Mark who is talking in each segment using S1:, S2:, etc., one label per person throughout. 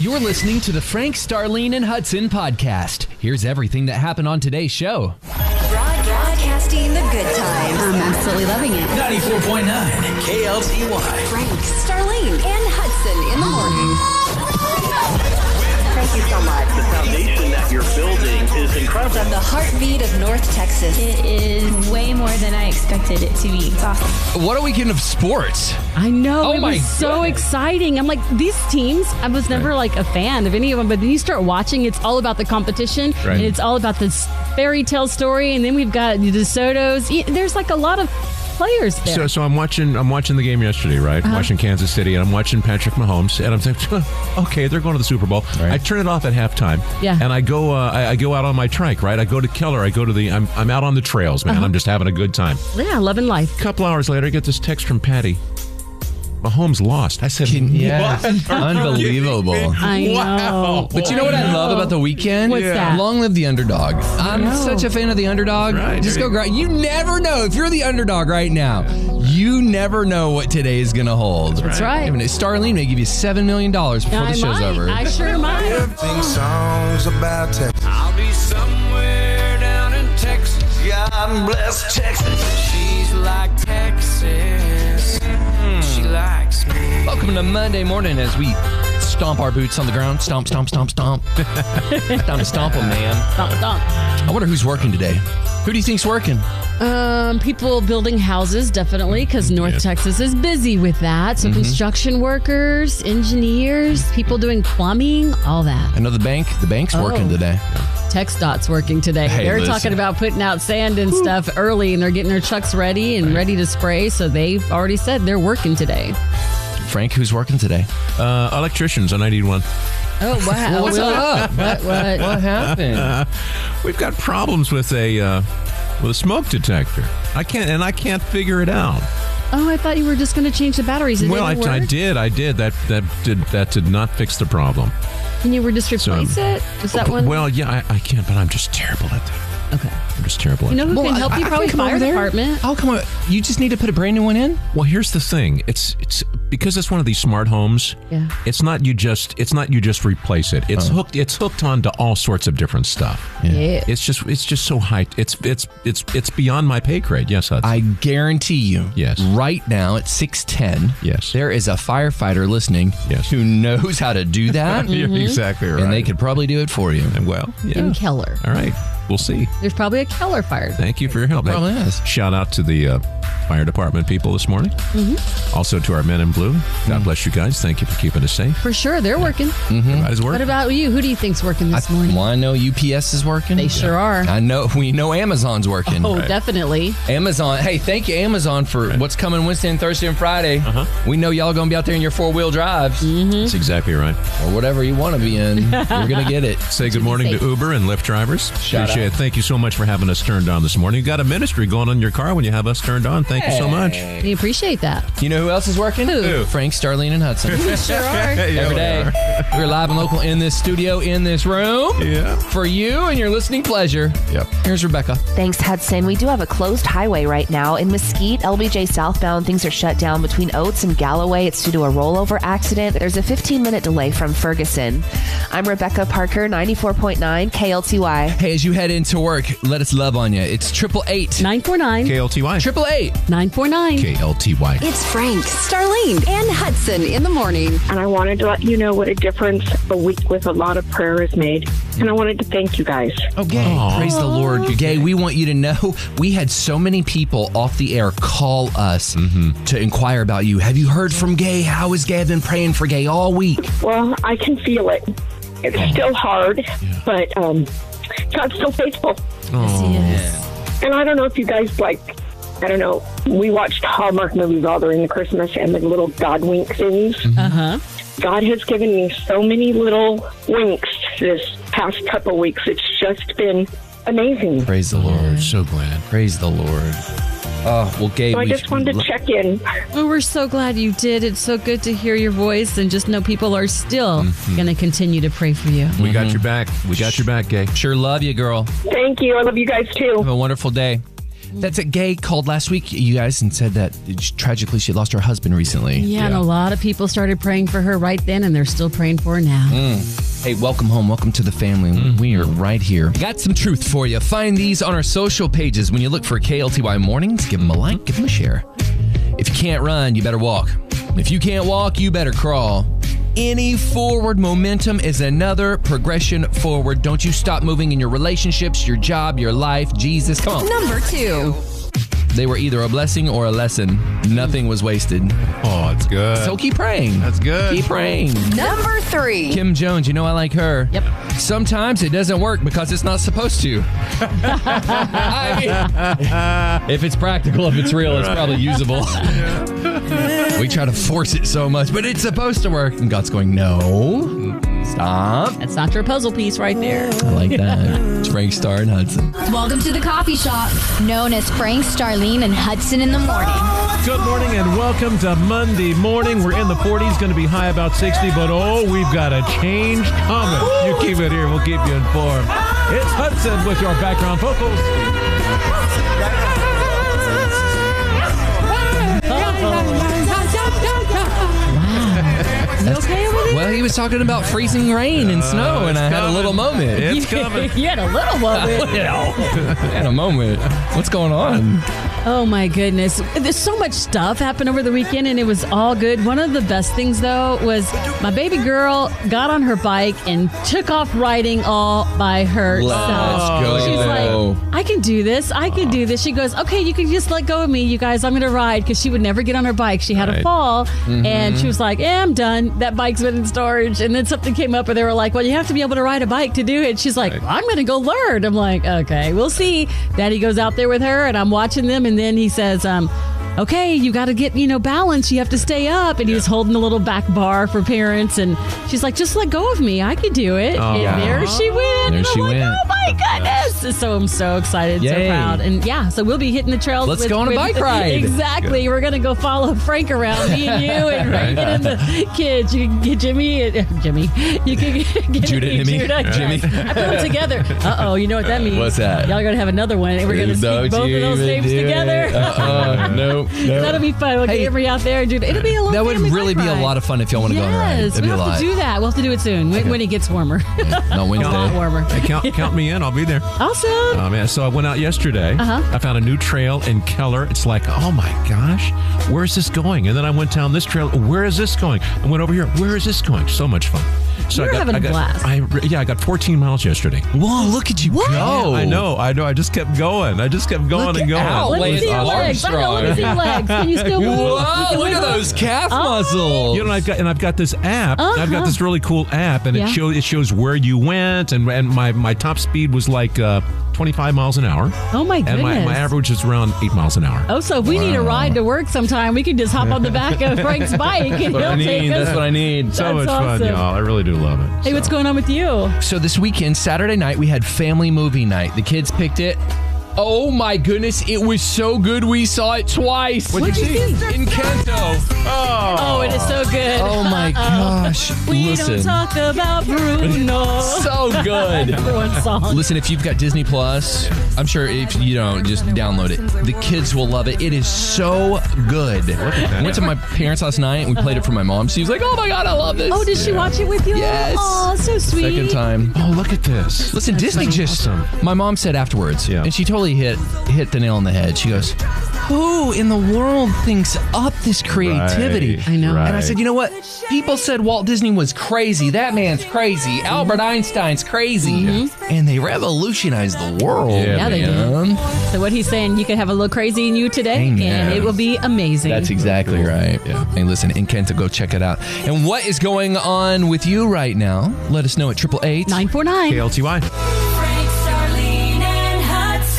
S1: You're listening to the Frank, Starlene, and Hudson podcast. Here's everything that happened on today's show.
S2: Broadcasting the good times. I'm absolutely loving it.
S3: 94.9 KLTY.
S2: Frank, Starlene, and Hudson in the morning. Thank you so much.
S4: The foundation that you're building is incredible.
S2: From the heartbeat of North Texas.
S5: It is way more than I expected it to be. It's awesome.
S1: What a weekend of sports!
S6: I know.
S1: Oh
S6: it
S1: my
S6: was so
S1: goodness.
S6: exciting. I'm like, these teams, I was never like a fan of any of them, but then you start watching, it's all about the competition.
S1: Right.
S6: And it's all about this fairy tale story. And then we've got the DeSoto's. Y- There's like a lot of players there. Uh-huh.
S7: So, so I'm watching. I'm watching the game yesterday, right? Watching Kansas City, and I'm watching Patrick Mahomes, and I'm thinking, okay, they're going to the Super Bowl. I turn it off at halftime,
S6: Yeah.
S7: and I go. Uh, I, I go out on my trike, right? I go to Keller. I go to the. I'm, I'm out on the trails,
S6: Uh-huh.
S7: man. I'm just having a good time.
S6: yeah, loving life.
S7: couple hours later, I get this text from Patty. Mahomes lost. I said,
S1: Yes, unbelievable.
S6: I know.
S1: But you know what I love about the weekend?
S6: What's Yeah. that?
S1: Long live the underdog. I'm
S6: know.
S1: such a fan of the underdog.
S7: That's right.
S1: Just go grind. You never know if you're the underdog right now. You never know what today is going to hold. That's
S6: right.
S1: Starlene may give you seven million dollars before
S6: I
S1: the show's
S6: might.
S1: over.
S6: I sure might.
S8: Sing songs about Texas.
S3: I'll be somewhere down in Texas. God bless Texas. She's like Texas. She likes me.
S1: Welcome to Monday morning as we stomp our boots on the ground. Stomp, stomp, stomp, stomp. Time to stomp 'em, man.
S6: Thump, thump.
S1: I wonder who's working today. Who do you think's working?
S6: Um, people building houses, definitely, because North Texas is busy with that. So
S1: Mm-hmm.
S6: construction workers, engineers, people doing plumbing, all that.
S1: I know the bank. The bank's working
S6: Oh.
S1: today.
S6: TxDOT's working today.
S1: Hey,
S6: they're
S1: listen.
S6: talking about putting out sand and stuff early, and they're getting their trucks ready and ready to spray. So they've already said they're working today.
S1: Frank, who's working today?
S7: uh, electricians, and I need one.
S6: Oh wow!
S1: What's up?
S6: What? What?
S1: What happened?
S7: We've got problems with a uh, with a smoke detector. I can't, and I can't figure it out.
S6: Oh, I thought you were just going to change the batteries. It
S7: well, I,
S6: didn't
S7: I
S6: work?
S7: did, I did. That that did that did not fix the problem.
S6: And you were just replace
S7: So-
S6: it? Was that one?
S7: Well, yeah, I, I can't, but I'm just terrible at that.
S6: okay.
S7: I'm just terrible
S6: You
S7: at
S6: know who
S1: Well,
S6: can help
S1: I-
S6: you?
S1: I
S6: Probably
S1: can come
S6: fire
S1: over there.
S6: department.
S1: I'll come. o- You just need to put a brand new one in.
S7: Well, here's the thing. It's it's because it's one of these smart homes.
S6: Yeah.
S7: It's not you just it's not you just replace it. It's hooked it's hooked on to all sorts of different stuff.
S6: Yeah.
S7: It's just it's just so high. It's it's it's it's beyond my pay grade. Yes, Hudson.
S1: I guarantee you.
S7: Yes.
S1: Right now at six ten.
S7: Yes.
S1: There is a firefighter listening.
S7: Yes.
S1: Who knows how to do that?
S7: You're
S6: Mm-hmm.
S7: exactly right.
S1: And they could probably do it for you.
S7: well, yeah.
S6: In Keller,
S7: All right. We'll see.
S6: there's probably a Keller fire.
S7: Thank you for your help.
S1: Probably is.
S7: Shout out to the uh, fire department people this morning. Mm-hmm. Also to our men in blue. God bless you guys. Thank you for keeping us safe.
S6: For sure, they're working.
S7: Everybody's working.
S6: What about you? Who do you think's working this
S1: Mm-hmm. I,
S6: morning?
S1: well, I know UPS is working.
S6: They sure are.
S1: I know we know Amazon's working.
S6: Oh, definitely.
S1: Amazon. Hey, thank you, Amazon, for what's coming Wednesday and Thursday and Friday.
S7: Uh-huh.
S1: We know y'all gonna be out there in your four wheel drives
S6: Mm-hmm.
S7: That's exactly right.
S1: or whatever you want to be in. You're gonna get it.
S7: Say good morning
S6: safe.
S7: to Uber and Lyft drivers.
S1: Shout
S7: Appreciate
S1: out.
S7: it. Thank you so much for having us turned on this morning. You got a ministry going on in your car when you have us turned on. Thank you so much.
S6: We appreciate that.
S1: You know who else is working?
S6: Who? Who?
S1: Frank, Starlene, and Hudson.
S6: Sure are.
S1: Every day. We're live and local in this studio, in this room.
S7: Yeah.
S1: For you and your listening pleasure.
S7: Yep.
S1: Here's Rebecca.
S9: Thanks, Hudson. We do have a closed highway right now in Mesquite, LBJ southbound. Things are shut down between Oates and Galloway. It's due to a rollover accident. There's a 15 minute delay from Ferguson. I'm Rebecca Parker, 94.9 KLTY.
S1: Hey, as you head into work, let us love on you. It's triple eight.
S6: 949.
S7: KLTY.
S1: Triple eight.
S6: 949.
S7: KLTY.
S2: It's Frank, Starlene, and Hudson in the morning.
S10: and I wanted to let you know what a difference a week with a lot of prayer has made. And I wanted to thank you guys.
S1: Okay. Praise the Lord. Oh. Gay, we want you to know we had so many people off the air call us
S7: Mm-hmm.
S1: to inquire about you. Have you heard from Gay? How is Gay? I've been praying for Gay all week.
S10: Well, I can feel it. It's still hard, but um, God's still faithful. And I don't know if you guys like, I don't know, we watched Hallmark movies all during the Christmas and the little God wink things.
S9: Mm-hmm.
S6: Uh
S9: Uh-huh.
S6: huh.
S10: God has given me so many little winks this past couple weeks. It's just been amazing.
S1: Praise the Lord.
S7: So glad.
S1: Praise the Lord. Oh, well, Gay,
S10: So I
S1: we
S10: just wanted to check in.
S6: Well, we're so glad you did. It's so good to hear your voice and just know people are still
S1: Mm-hmm.
S6: going to continue to pray for you.
S7: We got your back. We got your back, Gay.
S1: sure love you, girl.
S10: Thank you. I love you guys too.
S1: Have a wonderful day. That's a gay called last week, you guys, and said that tragically she lost her husband recently.
S6: Yeah, and a lot of people started praying for her right then, and they're still praying for her now.
S1: Mm. Hey, welcome home. Welcome to the family.
S7: Mm-hmm.
S1: We are right here. Got some truth for you. Find these on our social pages. When you look for KLTY Mornings, give them a like, give them a share. If you can't run, you better walk. If you can't walk, you better crawl. Any forward momentum is another progression forward. Don't you stop moving in your relationships, your job, your life. Jesus, come on.
S2: Number two.
S1: They were either a blessing or a lesson. Nothing was wasted.
S7: Oh, it's good.
S1: So keep praying. That's
S7: good.
S1: Keep praying.
S2: Number three.
S1: Kim Jones, you know I like her. Yep. Sometimes it doesn't work because it's not supposed to. I mean, if it's practical, if it's real, it's probably usable. we try to force it so much, but it's supposed to work. And God's going, no, stop.
S6: That's not your puzzle piece right there.
S1: I like that. It's Frank Star and Hudson.
S11: Welcome to the coffee shop, known as Frank, Starlene, and Hudson in the morning.
S7: Good morning and welcome to Monday morning. We're in the 40s, going to be high about 60, but oh, we've got a change coming. You keep it here, we'll keep you informed. It's Hudson with your background vocals.
S1: Well, he was talking about freezing rain and snow, and I had a little moment.
S6: you had a little moment.
S1: had a moment. What's going on?
S6: Oh my goodness. There's so much stuff happened over the weekend and it was all good. One of the best things though was my baby girl got on her bike and took off riding all by herself.
S1: Let's go.
S6: She's like, I can do this. I can do this. She goes, okay, you can just let go of me, you guys. I'm going to ride because she would never get on her bike. She had a
S12: Right.
S6: fall
S1: Mm-hmm.
S12: Mhm.
S6: and she was like, eh, I'm done. That bike's been in storage. And then something came up and they were like, well, you have to be able to ride a bike to do it. She's like, I'm going to go learn. I'm like, okay, we'll see. Daddy goes out there with her and I'm watching them. And then he says, um, okay, you got to get, you know, balance. You have to stay up. And he was holding a little back bar for parents. And she's like, just let go of me. I can do it.
S1: Oh.
S6: And there she went.
S1: There
S6: And I'm
S1: she
S6: like,
S1: went.
S6: Oh my goodness. So I'm so excited, so
S1: Yay.
S6: proud. And yeah, so we'll be hitting the trails.
S1: Let's
S6: with-
S1: go on a
S6: with-
S1: bike ride.
S6: Exactly. We're going to go follow Frank around, me and you, and Reagan and the kids. You can get Jimmy and uh, Jimmy. You can get get
S1: Judah and me.
S6: Judah, yes.
S1: Jimmy.
S6: I put them together. Uh oh, you know what that means.
S1: What's that?
S6: Y'all are going to have another one, and we're going to
S1: Don't
S6: speak both
S1: you
S6: of those
S1: even
S6: names
S1: do it.
S6: together.
S1: Uh-uh. Nope, nope.
S6: That'll be fun. We'll get everybody out there and do It'll be a little
S1: That would really be a lot of fun if y'all want to go on a ride.
S6: Oh, Yes,
S1: That'd
S6: we
S1: be a
S6: have
S1: lot.
S6: to do that. We'll have to do it soon when, when it gets warmer.
S1: Not Wednesday.
S6: A lot warmer.
S7: Hey, count, count me in. I'll be there.
S6: Awesome.
S7: Oh, man. So I went out yesterday.
S6: Uh-huh.
S7: I found a new trail in Keller. It's like, oh my gosh, where is this going? And then I went down this trail. Where is this going? I went over here. Where is this going? So much fun. So
S6: You're
S7: I got,
S6: having a
S7: I got-
S6: blast.
S7: I, yeah, I got 14 miles yesterday.
S1: Whoa, look at you
S7: Yeah, I know, I know. I just kept going. I just kept going and going.
S1: out, Let me Lance see your legs. I know, let me see your Armstrong. legs. Can you still move? Whoa, You can look at move? those calf Oh. muscles.
S7: You know, I've got and I've got this app. I've got
S1: Uh-huh.
S7: this really cool app, and
S1: Yeah.
S7: it shows it shows where you went, and and my my top speed was like uh, 25 miles an hour.
S6: Oh my
S7: And my, my
S6: goodness.
S7: average is around eight miles an hour.
S6: Oh, so if we need a ride to work sometime, we can just hop on the back of Frank's bike and he'll take us.
S1: need.
S7: So
S6: That's
S7: much
S6: awesome.
S7: fun, y'all. I really do love it.
S6: Hey, what's going on with you?
S1: So this weekend, Saturday night, we had family movie night. The kids picked it. Oh my goodness, it was so good. We saw it twice.
S6: What'd you What'd you see?
S1: Encanto. Oh.
S6: Oh, it is so good.
S1: Oh my gosh.
S6: We
S1: Listen.
S6: don't talk about Bruno.
S1: so good.
S6: Everyone's song.
S1: Listen, if you've got Disney Plus, I'm sure if you don't, just download it. The kids will love it. It is so good. I went to my parents last night and we played it for my mom. She was like, "Oh my god, I love this."
S6: Oh, did she watch it with you?
S1: Yes.
S6: Oh, so sweet.
S1: Second time.
S7: Oh, look at this.
S1: Listen, Disney just. My mom said afterwards, and she totally hit hit the nail on the head. She goes, "Who in the world thinks up this creativity?"
S6: I know.
S1: And I said, "You know what? People said Walt Disney was crazy. That man's crazy.
S6: Mm-hmm.
S1: Albert Einstein's crazy, and they revolutionized the world."
S6: Yeah, they did.
S1: man.
S6: So what he's saying, you can have a little crazy in you today, and it will be amazing.
S1: That's exactly right. Yeah. Hey, listen, Encanto, go check it out. And what is going on with you right now? Let us know at 888
S6: 949
S7: Oh,
S1: KLTY.
S2: Frank, Starlene, and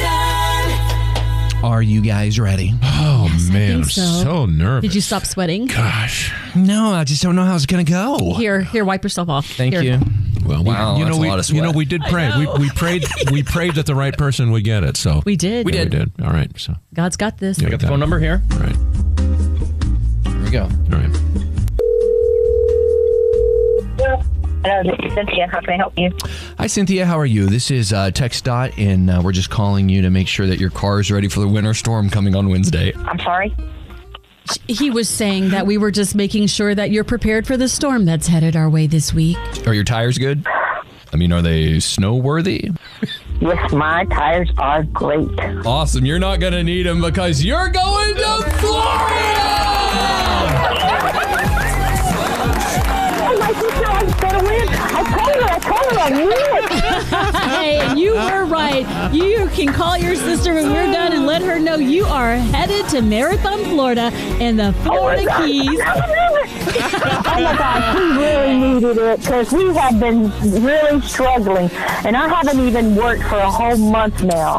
S2: Hudson.
S1: Are you guys ready?
S7: Oh, man.
S6: think I'm so. so
S7: nervous.
S6: Did you stop sweating?
S7: Gosh.
S1: No, I just don't know how it's going to go.
S6: Here, here, wipe yourself off.
S1: Thank
S6: Here.
S1: you. Well, wow,
S7: you know
S1: that's a
S7: we
S1: lot of
S7: you know
S1: sweat.
S7: we did pray. We, we prayed we prayed that the right person would get it. So
S6: We did. We
S7: Yeah,
S6: did.
S7: All right. So
S6: God's got this.
S7: Yeah, we got it.
S1: here.
S7: All right.
S1: Here we go.
S7: All right.
S12: Hello, this is Cynthia. How can I help you?
S1: Hi, Cynthia. How are you? This is uh, TxDOT, and uh, we're just calling you to make sure that your car is ready for the winter storm coming on Wednesday.
S12: I'm sorry.
S6: He was saying that we were just making sure that you're prepared for the storm that's headed our way this week.
S1: Are your tires good? I mean, are they snow worthy?
S12: Yes, my tires are great.
S1: Awesome. You're not going to need them because you're going to
S12: Oh, my sister, I'm gonna win. I told her, I told her, I knew it.
S6: Hey, and you were right. You can call your sister when we're done and let her know you are headed to Marathon, Florida and the Florida Keys.
S12: oh my gosh, we really needed it because we have been really struggling, and I haven't even worked for a whole month now.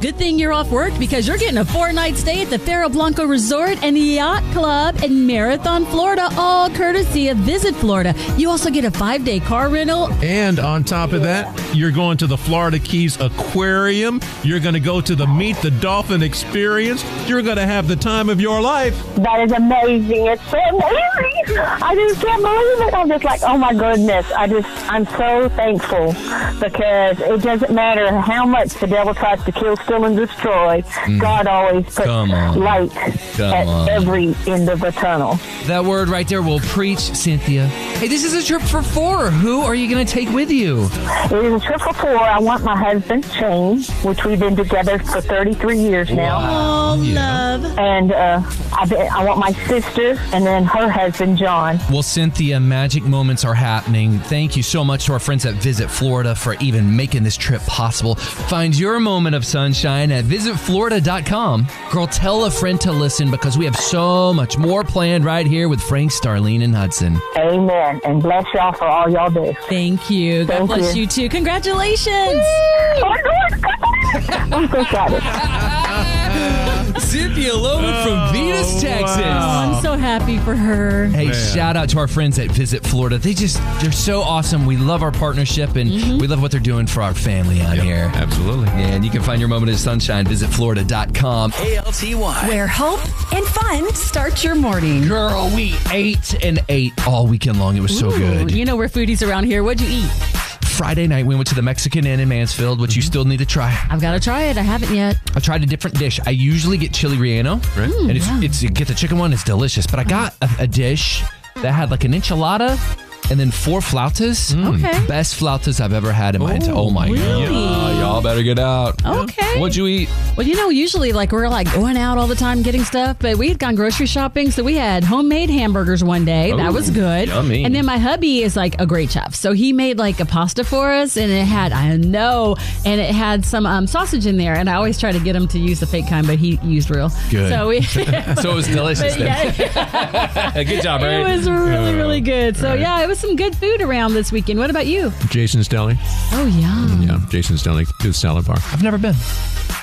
S6: Good thing you're off work because you're getting a four night stay at the Faro Blanco Resort and the Yacht Club in Marathon, Florida, all courtesy of Visit Florida. You also get a five day car rental.
S7: And on top of that, you're going to the Florida Keys Aquarium. You're going to go to the Meet the Dolphin experience. You're going to have the time of your life.
S12: That is amazing. It's so amazing. I just can't believe it. I'm just like, oh my goodness. I just, I'm so thankful because it doesn't matter how much the devil tries to kill, steal, and destroy. God always puts
S1: Mm. Come on.
S12: light
S1: Come
S12: at
S1: on.
S12: every end of the tunnel.
S1: That word right there will preach, Cynthia. Hey, this is a trip for four. Who are you going to take with you?
S12: It is a trip for four. I want my husband Shane, which we've been together for 33 years now.
S6: Oh, love!
S12: And uh, I, be, I want my sister, and then her husband John.
S1: Well, Cynthia, magic moments are happening. Thank you so much to our friends at Visit Florida for even making this trip possible. Find your moment of sunshine at visitflorida.com. Girl, tell a friend to listen because we have so much more planned right here with Frank, Starlene, and Hudson.
S12: Amen. And bless y'all for all y'all do.
S6: Thank you. God bless you. too. Congratulations.
S12: I'm so excited.
S1: Cynthia Loman from Venus, Texas.
S6: I'm so happy for her.
S1: Hey, shout out to our friends at Visit Florida. They just, they're so awesome. We love our partnership and we love what they're doing for our family on here. Absolutely. And you can find your moment of sunshine, visitflorida.com.
S2: ALTY. Where hope and fun start your morning.
S1: Girl, we ate and ate all weekend long. It was so good.
S6: You know we're foodies around here. What'd you eat?
S1: Friday night, we went to the Mexican Inn in Mansfield, which you still need to try.
S6: I've got to try it. I haven't yet.
S1: I tried a different dish. I usually get chili relleno,
S6: Mm,
S1: and it's,
S6: yeah.
S1: it's you get the chicken one. It's delicious, but I got a, a dish that had like an enchilada and then four flautas.
S6: Okay.
S1: Best flautas I've ever had in my entire. Oh my god!
S6: really?
S1: Yeah, y'all better get out.
S6: Okay.
S1: What'd you eat?
S6: Well, you know, usually like we're like going out all the time getting stuff, but we had gone grocery shopping, so we had homemade hamburgers one day. that
S1: Ooh,
S6: was good.
S1: yummy.
S6: And then my hubby is like a great chef, so he made like a pasta for us, and it had I know, and it had some um, sausage in there, and I always try to get him to use the fake kind, but he used real.
S1: Good.
S6: So we.
S1: so it was delicious.
S6: But
S1: Then. good job, right?
S6: It was really, really good. So, yeah, it was some good food around this weekend. What about you?
S7: Jason's Deli.
S6: Oh, yeah.
S7: Yeah, Jason's Deli. Good salad bar.
S1: I've never been.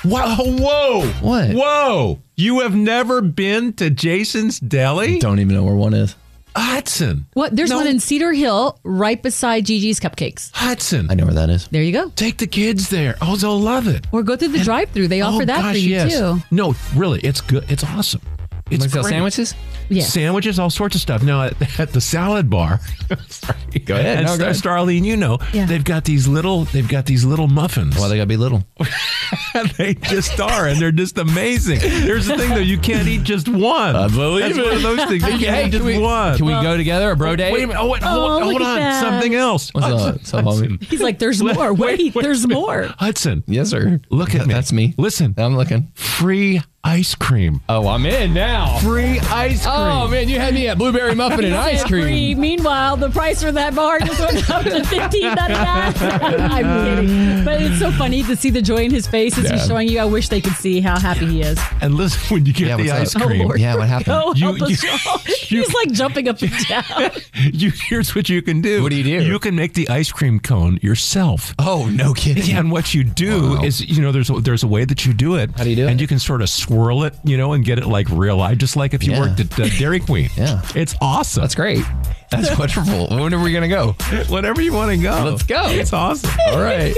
S7: Wow, whoa.
S1: What?
S7: Whoa. You have never been to Jason's Deli?
S1: Don't even know where one is.
S7: Hudson.
S6: What? There's
S7: No.
S6: one in Cedar Hill right beside Gigi's Cupcakes.
S7: Hudson.
S1: I know where that is.
S6: There you go.
S7: Take the kids there. Oh, they'll love it.
S6: Or go through the drive through. They offer
S7: oh,
S6: that
S7: gosh,
S6: for you,
S7: yes.
S6: too.
S7: No, really, it's good. It's awesome. It's
S1: Like sell
S7: great.
S1: sandwiches?
S6: Yeah.
S7: Sandwiches, all sorts of stuff. Now at, at the salad bar, sorry. Go
S1: ahead.
S7: And
S1: No, go ahead.
S7: Star- Starlene, you know
S6: Yeah.
S7: they've got these little, they've got these little muffins.
S1: Why they gotta be little?
S7: they just are, and they're just amazing. Here's the thing, though: you can't eat just one. I
S1: believe
S7: That's one
S1: it.
S7: of those things. You
S1: Okay,
S7: can't eat
S1: can
S7: just
S1: we-
S7: one.
S1: can we go together, a bro date?
S7: Wait a minute. Oh, wait,
S6: Oh,
S7: hold,
S6: look
S7: hold
S6: at
S7: on.
S6: that.
S7: Something else.
S1: What's
S7: Hudson,
S1: up? What's up, homie?
S7: Hudson.
S6: He's like, there's more. Wait, there's
S7: wait.
S6: more.
S7: Hudson,
S1: Yes, sir.
S7: look at me.
S1: That's me.
S7: Listen,
S1: I'm looking.
S7: free ice cream.
S1: Oh, I'm in now.
S7: Free ice cream.
S1: Oh man, you had me at blueberry muffin and ice
S6: Free.
S1: cream.
S6: Meanwhile, the price for that bar just went up to fifteen ninety nine. I'm kidding, but it's so funny to see the joy in his face as he's
S1: Yeah.
S6: showing you. I wish they could see how happy he is.
S7: And listen, when you get
S1: Yeah,
S7: the
S1: what's
S7: ice
S1: up?
S7: cream,
S6: Oh, Lord.
S1: Yeah, what happened?
S6: Oh,
S7: You-
S6: help us
S7: you-
S6: all.
S7: you-
S6: he's like jumping up and down.
S7: you here's what you can do.
S1: What do you do?
S7: You can make the ice cream cone yourself.
S1: Oh, no kidding.
S7: Yeah, and what you do
S1: Wow.
S7: is, you know, there's a, there's a way that you do it.
S1: How do you do
S7: And
S1: it?
S7: you can sort of swirl swirl it, you know, and get it like real life, just like if you
S1: Yeah.
S7: worked at uh, Dairy Queen. yeah, it's awesome. That's
S1: great. That's wonderful. When are we gonna go?
S7: Whenever you want to go.
S1: Let's go.
S7: It's awesome.
S1: All right.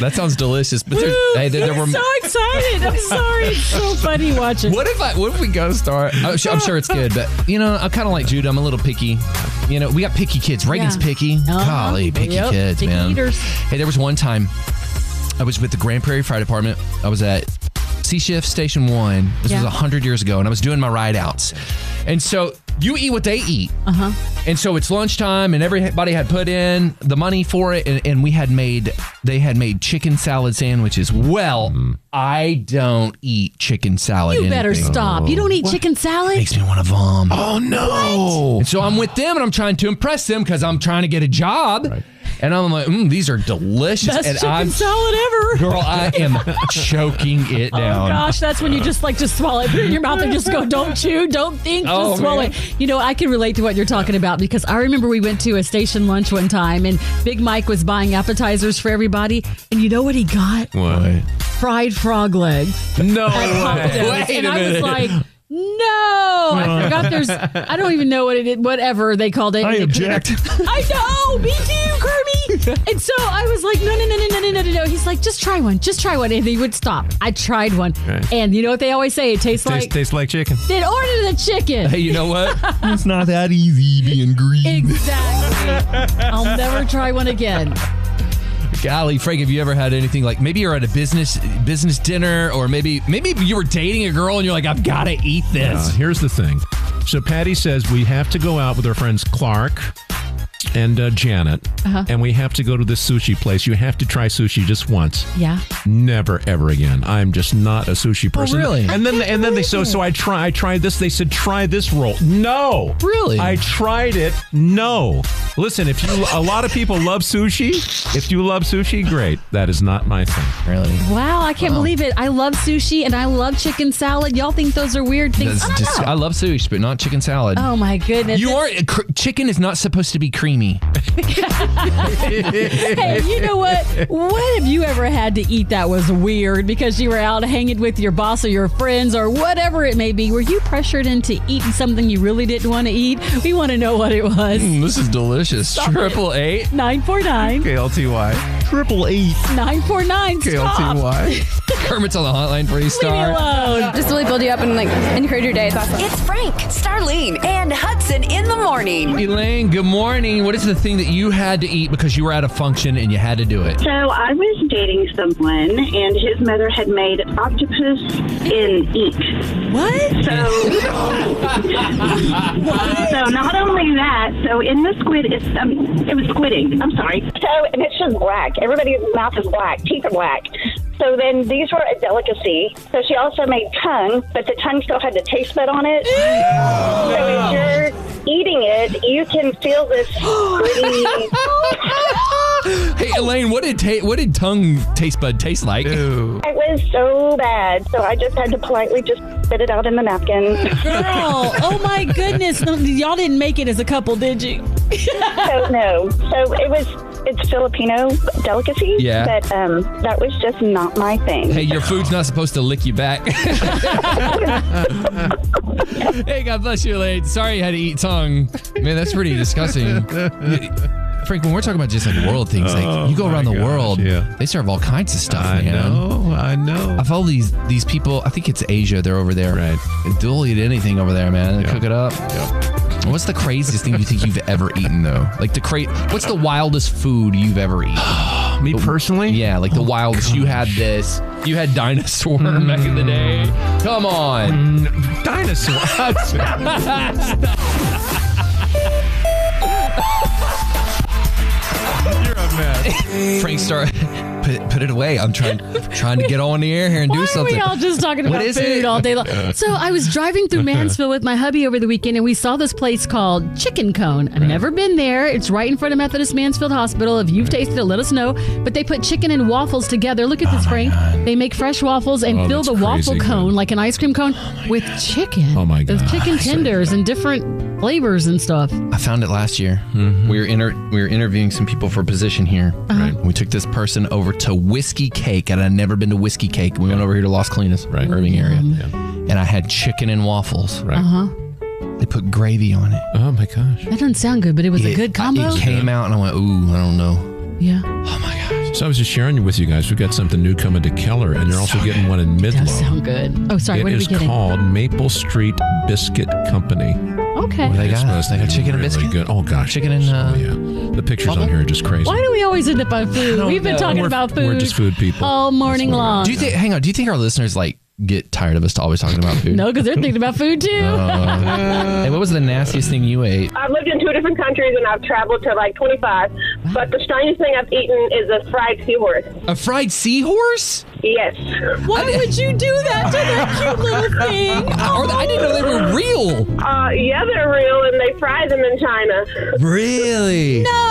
S1: That sounds delicious. But there, hey, there, there
S6: I'm
S1: were
S6: so excited. I'm sorry. It's so funny watching.
S1: What if I? What if we go star? I'm sure, I'm sure it's good, but you know, I'm kind of like Judah. I'm a little picky. You know, we got picky kids. Reagan's
S6: Yeah.
S1: picky.
S6: Uh-huh.
S1: Golly, picky
S6: Yep,
S1: kids,
S6: picky
S1: man.
S6: eaters.
S1: Hey, there was one time I was with the Grand Prairie Fire Department. I was at Sea Shift Station One. This was
S13: Yeah.
S1: was hundred years ago, and I was doing my ride outs. And so you eat what they eat.
S6: Uh-huh.
S1: And so it's lunchtime, and everybody had put in the money for it, and, and we had made they had made chicken salad sandwiches. Well, I don't eat chicken salad.
S6: You better
S1: anything.
S6: stop. You don't eat chicken salad?
S1: Makes me want to vom. Oh no! And so I'm with them, and I'm trying to impress them because I'm trying to get a job. And I'm like, mm, these are delicious.
S6: Best
S1: and
S6: chicken
S1: I'm,
S6: salad ever.
S1: girl, I am choking it down.
S6: Oh gosh, that's when you just like just swallow it, put it in your mouth, and just go. Don't chew, don't think, just
S1: Oh,
S6: swallow
S1: man.
S6: it. You know, I can relate to what you're talking about because I remember we went to a station lunch one time, and Big Mike was buying appetizers for everybody, and you know what he got?
S7: What?
S6: Fried frog legs.
S7: No
S6: At Papa
S7: way.
S6: Do's.
S7: Wait
S6: and
S7: a
S6: I was
S7: minute.
S6: like. No, I
S7: Oh.
S6: forgot. There's, I don't even know what it, whatever they called it.
S7: I
S6: They put it-
S7: object.
S6: I know, me too, Kirby. And so I was like, no, no, no, no, no, no, no, no, no. He's like, just try one, just try one, and he would stop. I tried one,
S7: Right.
S6: and you know what they always say? It tastes
S7: Tastes,
S6: like.
S7: tastes like chicken.
S6: Then order the chicken.
S7: Hey, you know what?
S1: it's not that easy being green.
S6: Exactly. I'll never try one again.
S1: Golly, Frank, have you ever had anything like maybe you're at a business business dinner, or maybe maybe you were dating a girl and you're like, I've got to eat
S7: Uh,
S1: this.
S7: here's the thing. So Patty says we have to go out with our friends Clark and uh, Janet,
S6: Uh-huh.
S7: and we have to go to this sushi place. You have to try sushi just once.
S6: Yeah.
S7: Never ever again. I'm just not a sushi person.
S1: Oh, really?
S7: And then and then they so so I try I tried this. They said try this roll. No.
S1: Really?
S7: I tried it. No. Listen, if you a lot of people love sushi, if you love sushi, great. That is not my thing.
S1: Really?
S6: Wow, I can't believe it. I love sushi and I love chicken salad. Y'all think those are weird things?
S1: That's
S6: I don't
S1: dis-
S6: know.
S1: I love sushi, but not chicken salad.
S6: Oh my goodness!
S1: You are cr- chicken is not supposed to be creamy.
S6: hey, you know what? What have you ever had to eat that was weird because you were out hanging with your boss or your friends or whatever it may be? Were you pressured into eating something you really didn't want to eat? We want to know what it was.
S1: Mm, this is delicious. Triple eight.
S6: 949
S1: KLTY. Triple eight.
S6: 949
S1: Kermit's on the hotline for you, Star.
S5: Just really build you up and like encourage your day. It's awesome.
S2: It's Frank, Starlene, and Hudson in the morning.
S1: Elaine, good morning. What is the thing that you had to eat because you were at a function and you had to do it?
S12: So I was dating someone, and his mother had made octopus in ink.
S6: What?
S12: So, so not only that, so in the squid, it's, um, it was squidding. I'm sorry.
S14: So, and it's just black. Everybody's mouth is black, teeth are black. So then these were a delicacy. So she also made tongue, but the tongue still had the taste bud on it. So if you're eating it, you can feel this gritty.
S1: Hey, Elaine, what did ta- what did tongue taste bud taste like?
S12: It was so bad, so I just had to politely just spit it out in the napkin.
S6: Girl, oh my goodness. No, Y'all didn't make it as a couple, did you?
S12: so no, so it was it's Filipino delicacy,
S1: Yeah.
S12: but um, that was just not my thing.
S1: Hey, your food's not supposed to lick you back. hey, God bless you, Elaine. Sorry you had to eat tongue. Man, that's pretty disgusting. Frank, when we're talking about just like world things, like you go around the world, they serve all kinds of stuff, I man.
S7: know, I know.
S1: I follow these these people. I think it's Asia. They're over there. Right. They'll eat anything over there, man. They cook it up. What's the craziest thing you think you've ever eaten though? Like the cra- What's the wildest food you've ever eaten?
S7: Uh, Me personally?
S1: Yeah,
S15: Oh,
S1: like the wildest. You had this. You had dinosaur back in the day. Come on.
S7: dinosaur.
S1: Uh-huh.
S15: You're a mess.
S1: Frank, start put, put it away. I'm trying trying to get on the air here and
S6: Why
S1: do something.
S6: Are we all just talking about
S1: What is
S6: food
S1: it?
S6: all day long. So I was driving through Mansfield with my hubby over the weekend, and we saw this place called Chicken Cone. I've never been there. It's right in front of Methodist Mansfield Hospital. If you've tasted it, let us know. But they put chicken and waffles together. Look at this, Frank. They make fresh waffles and
S7: Oh,
S6: fill
S7: that's
S6: the waffle
S7: crazy good.
S6: cone like an ice cream cone with chicken. Oh
S7: my
S6: Those chicken tenders and different flavors and stuff.
S1: I found it last year.
S15: Mm-hmm.
S1: We were inter- we were interviewing some people for a position here.
S6: Uh-huh. Right.
S1: We took this person
S6: Mm-hmm.
S1: over to Whiskey Cake, and I'd never been to Whiskey Cake. We went over here to Los Colinas, right. Irving area. and I had chicken and waffles. Right.
S6: Uh huh.
S1: They put gravy on it.
S7: Oh my gosh.
S6: That doesn't sound good, but it was a good combo.
S1: It came out and I went, ooh, I don't know.
S6: Yeah.
S7: So I was just sharing with you guys, we've got something new coming to Keller, and they're also getting one in Midland.
S6: Sound good. Oh, sorry.
S7: It
S6: what are we
S7: is
S6: getting?
S7: called Maple Street Biscuit Company.
S6: Okay.
S7: They got, they got chicken and biscuit. Good. Oh gosh, chicken and uh, yeah. The pictures on here are just crazy. Oh,
S6: Why do we always end up on food? We've been
S1: know.
S6: talking
S1: We're-
S6: about food.
S1: we're just food people.
S6: All morning long.
S1: Do you think? Hang on. Do you think our listeners like get tired of us always talking about food?
S6: No, because they're thinking about food too.
S1: Uh, hey, what was the nastiest thing you ate?
S12: I've lived in two different countries and I've traveled to like 25, but the strangest thing I've eaten is a fried seahorse.
S1: A fried seahorse?
S12: Yes.
S6: Why would you do that to that cute little thing?
S1: I didn't know they were real.
S12: Uh, yeah, they're real and they fry them in China.
S1: Really?
S6: No,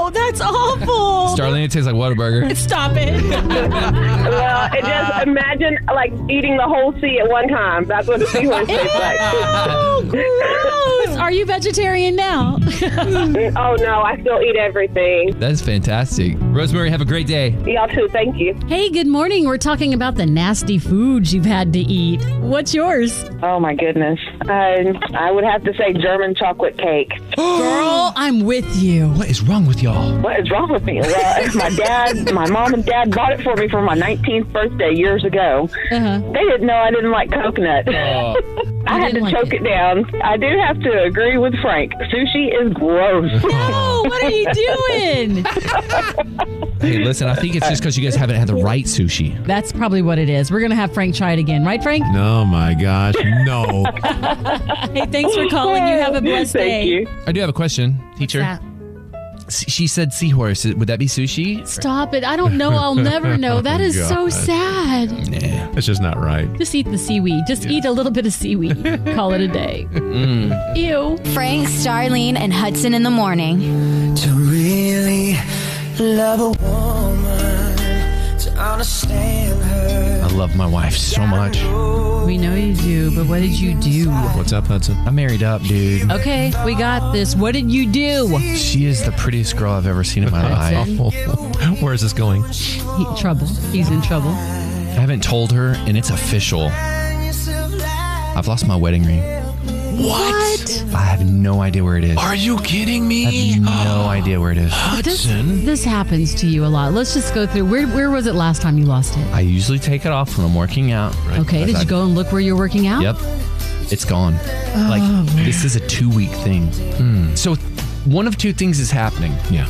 S6: Oh, that's awful.
S1: Starlene, it tastes like Whataburger.
S6: Stop it.
S12: well, Uh, it
S1: Ah.
S12: just imagine like eating the whole sea at one time. That's what a seahorse tastes
S6: like. Oh, Gross. Are you vegetarian now?
S12: oh no, I still eat everything.
S1: That is fantastic. Rosemary, have a great day.
S12: Y'all too. Thank you.
S6: Hey, good morning. We're talking about the nasty foods you've had to eat. What's yours?
S16: Oh my goodness. Um, I would have to say German chocolate cake.
S6: Girl, I'm with you.
S1: What is wrong with y'all?
S16: What is wrong with me? Well, my dad, my mom and dad bought it for me for my 19th birthday years ago.
S6: Uh-huh.
S16: They didn't know I didn't like coconut. I had to choke it. down. I do have to agree with Frank. Sushi is gross.
S6: No, what are you doing?
S1: Hey, listen, I think it's just because you guys haven't had the right sushi.
S6: That's probably what it is. We're going to have Frank try it again, right, Frank?
S7: Oh my gosh, no.
S6: hey, thanks
S1: Oh,
S6: for calling. You have a blessed day.
S1: I do have a question, teacher.
S6: that?
S1: S- She said seahorse. Would that be sushi?
S6: Stop it. I don't know. I'll never know. That is so
S1: God.
S6: sad.
S7: That's just not right.
S6: Just eat the seaweed. Just eat a little bit of seaweed. Call it a day.
S1: Mm.
S6: Ew.
S2: Frank, Starlene, and Hudson in the morning.
S8: To really love a woman, to understand her.
S1: I love my wife so much.
S6: We know you do, but what did you do?
S1: What's up, Hudson? I married up, dude.
S6: Okay, we got this. What did you do?
S1: She is the prettiest girl I've ever seen in my life.
S6: Hudson.
S1: Where is this going?
S6: He, trouble. He's in trouble.
S1: I haven't told her, and it's official. I've lost my wedding ring.
S6: What?
S1: I have no idea where it is.
S6: Are you kidding
S1: I have no idea where it is.
S6: This, this happens to you a lot. Let's just go through. Where Where was it last time you lost it?
S1: I usually take it off when I'm working out.
S6: Okay, did
S1: Because
S6: you
S1: I-
S6: go and look where you're working out?
S1: Yep. It's gone. like,
S6: Oh, Hmm.
S1: this is a two week thing. So, one of two things is happening. Yeah.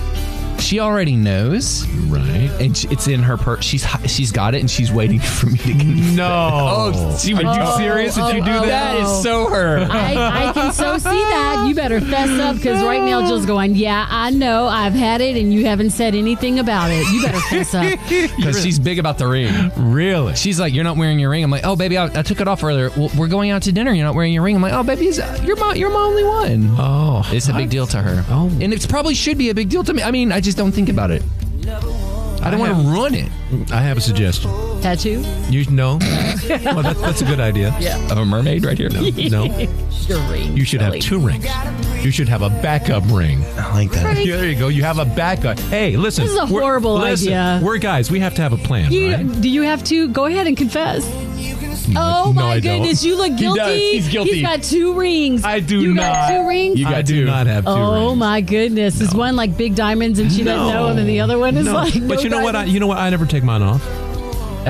S1: She already knows, right? And sh- it's in her purse. She's hi- she's got it, and she's waiting for me to. Confess. No. Oh, she,
S7: Are you
S1: oh,
S7: serious? Did you do
S1: oh,
S7: that?
S1: That is so her.
S6: I, I can so see that. You better fess up because right now Jill's going, Yeah, I know I've had it and you haven't said anything about it. You better fess up.
S1: Because she's big about the ring. Really? She's like, you're not wearing your ring. I'm like, oh, baby, I, I took it off earlier. Well, we're going out to dinner. You're not wearing your ring. I'm like, oh, baby, it's- you're my, you're my only one. Oh. It's a big deal to her. Oh. And it probably should be a big deal to me. I mean, I just don't think about it. I don't want to ruin it.
S7: I have a suggestion.
S6: Tattoo?
S7: You know, well, that, that's a good idea.
S6: Yeah.
S7: Of a mermaid right here. No, no.
S6: Your ring.
S7: You should have
S6: Billy.
S7: two rings. You should have a backup ring. I
S1: like
S6: that. Right.
S7: Yeah, there you go. You have a backup. Hey, listen.
S6: This is a
S7: we're-
S6: horrible
S7: listen,
S6: idea.
S7: We're guys. We have to have a plan.
S6: You,
S7: right?
S6: Do you have to? Go ahead and confess.
S7: no,
S6: Oh my
S7: I don't.
S6: goodness, you look
S7: He does.
S6: guilty.
S7: He's guilty.
S6: He's got two rings. I
S7: do
S6: you
S7: not.
S6: got two rings?
S7: You got I do two. not have two
S6: oh my goodness. Is one like big diamonds and she doesn't know and then the other one is
S7: No.
S6: like no
S7: But you know what? I,
S6: diamonds?
S7: you know what? I never take mine off.
S1: Oh,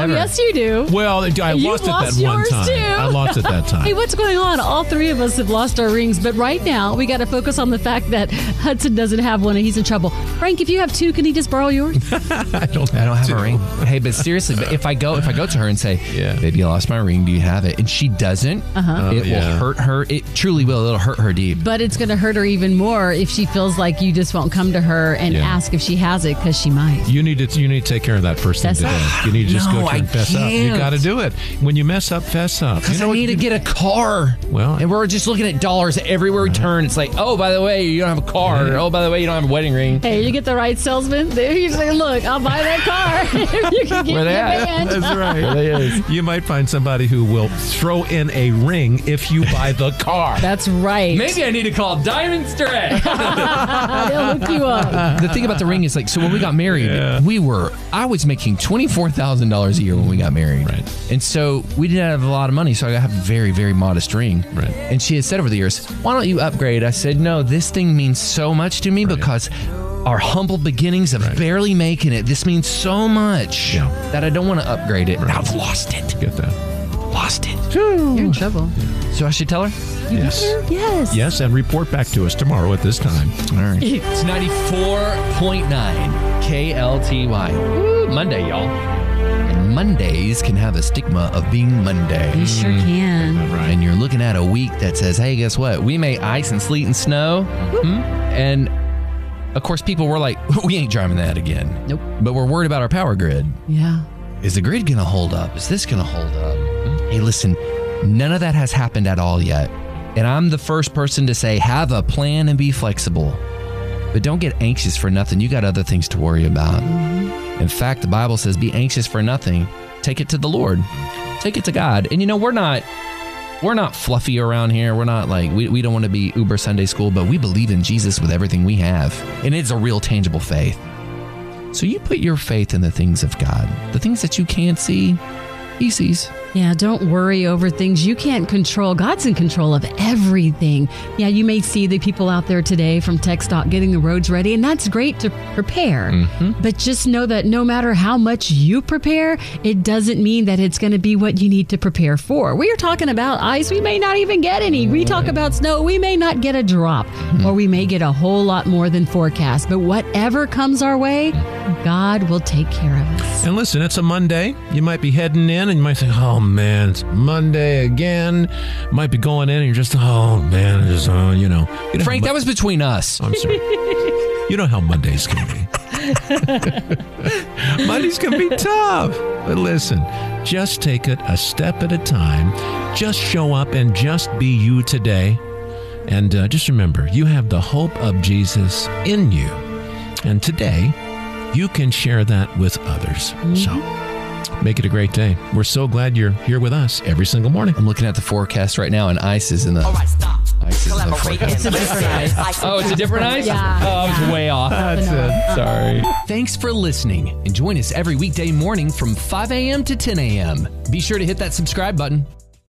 S7: Ever.
S6: Yes, you do.
S7: Well, I I
S6: You
S7: lost it that
S6: lost
S7: one
S6: yours,
S7: time.
S6: Too.
S7: I lost it that time.
S6: hey, what's going on? All three of us have lost our rings, but right now we got to focus on the fact that Hudson doesn't have one and he's in trouble. Frank, if you have two, can he just borrow yours?
S1: I don't. I don't have a ring. Hey, but seriously, but if I go, if I go to her and say, "Baby, I lost my ring. Do you have it?" and she doesn't,
S6: Uh-huh. Oh,
S1: it will
S6: yeah.
S1: hurt her. It truly will. It'll hurt her deep.
S6: but it's going to hurt her even more if she feels like you just won't come to her and
S7: Yeah.
S6: ask if she has it because she might.
S7: You need to you need to take care of that first thing
S6: Fess
S7: today.
S6: up.
S7: You need to just
S6: No,
S7: go through and
S6: I
S7: fess up. You
S6: can't.
S7: got to do it. When you mess up, fess up. You
S1: Because I need to get a car. Well, and we're just looking at dollars everywhere
S7: Uh-huh.
S1: we turn. It's like, oh, by the way, you don't have a car. Oh, by the way, you don't have a wedding ring.
S6: Hey, you get the right salesman. There you say, "Look, I'll buy that car if you can get
S7: Where
S6: me
S7: they
S6: a
S7: at?
S6: van."
S7: That's right. You might find somebody who will throw in a ring if you buy the car.
S6: That's right.
S1: Maybe I need to call Diamond Stretch.
S6: They'll hook you up.
S1: the thing about the ring is like, so when we got married, we were I was making twenty four thousand dollars dollars a year when we got married. Right. And so we didn't have a lot of money, so I got a very, very modest ring. Right. And she had said over the years, "Why don't you upgrade?" I said, "No, this thing means so much to me because." Our humble beginnings of barely making it. This means so much that I don't want to upgrade it. I've lost it.
S7: Get that.
S1: Lost it.
S6: You're in trouble.
S1: So I should tell her?
S7: Yes.
S6: Yes.
S7: Yes, and report back to us tomorrow at this time. All right.
S1: It's 94.9 KLTY. Woo, Monday, y'all. And Mondays can have a stigma of being Monday. Mm.
S6: They sure can.
S1: Right. And you're looking at a week that says, hey, guess what? We may ice and sleet and snow. Mhm. And of course, people were like, we ain't driving that again. Nope. But we're worried about our power grid.
S6: Yeah.
S1: Is the grid going to hold up? Is this going to hold up? Hey, listen, none of that has happened at all yet. And I'm the first person to say have a plan and be flexible. But don't get anxious for nothing. You got other things to worry about. In fact, the Bible says be anxious for nothing. Take it to the Lord. Take it to God. And you know, we're not we're not fluffy around here. We're not like we, we don't want to be Uber Sunday school, but we believe in Jesus with everything we have. And it's a real tangible faith. So you put your faith in the things of God, the things that you can't see, he sees.
S6: Yeah, don't worry over things you can't control. God's in control of everything. Yeah, you may see the people out there today from TxDOT getting the roads ready, and that's great to prepare. But just know that no matter how much you prepare, it doesn't mean that it's going to be what you need to prepare for. We are talking about ice. We may not even get any. We talk about snow. We may not get a drop, or we may get a whole lot more than forecast. But whatever comes our way, God will take care of us.
S7: And listen, it's a Monday. You might be heading in and you might think, oh man, it's Monday again. Might be going in and you're just, oh man, it's just, oh, you know. You know
S1: Frank,
S7: how
S1: that was between us.
S7: I'm sorry. you know how Mondays can be. Mondays can be tough. But listen, just take it a step at a time. Just show up and just be you today. And uh, just remember, you have the hope of Jesus in you. And today, you can share that with others. So make it a great day. We're so glad you're here with us every single morning.
S1: I'm looking at the forecast right now, and ice is in the.
S2: stop.
S1: Ice is in the forecast.
S2: It's a different ice.
S1: Oh, it's a different ice? oh, I was way off.
S2: That's
S1: it. Sorry. Thanks for listening, and join us every weekday morning from 5 a.m. to 10 a.m. Be sure to hit that subscribe button.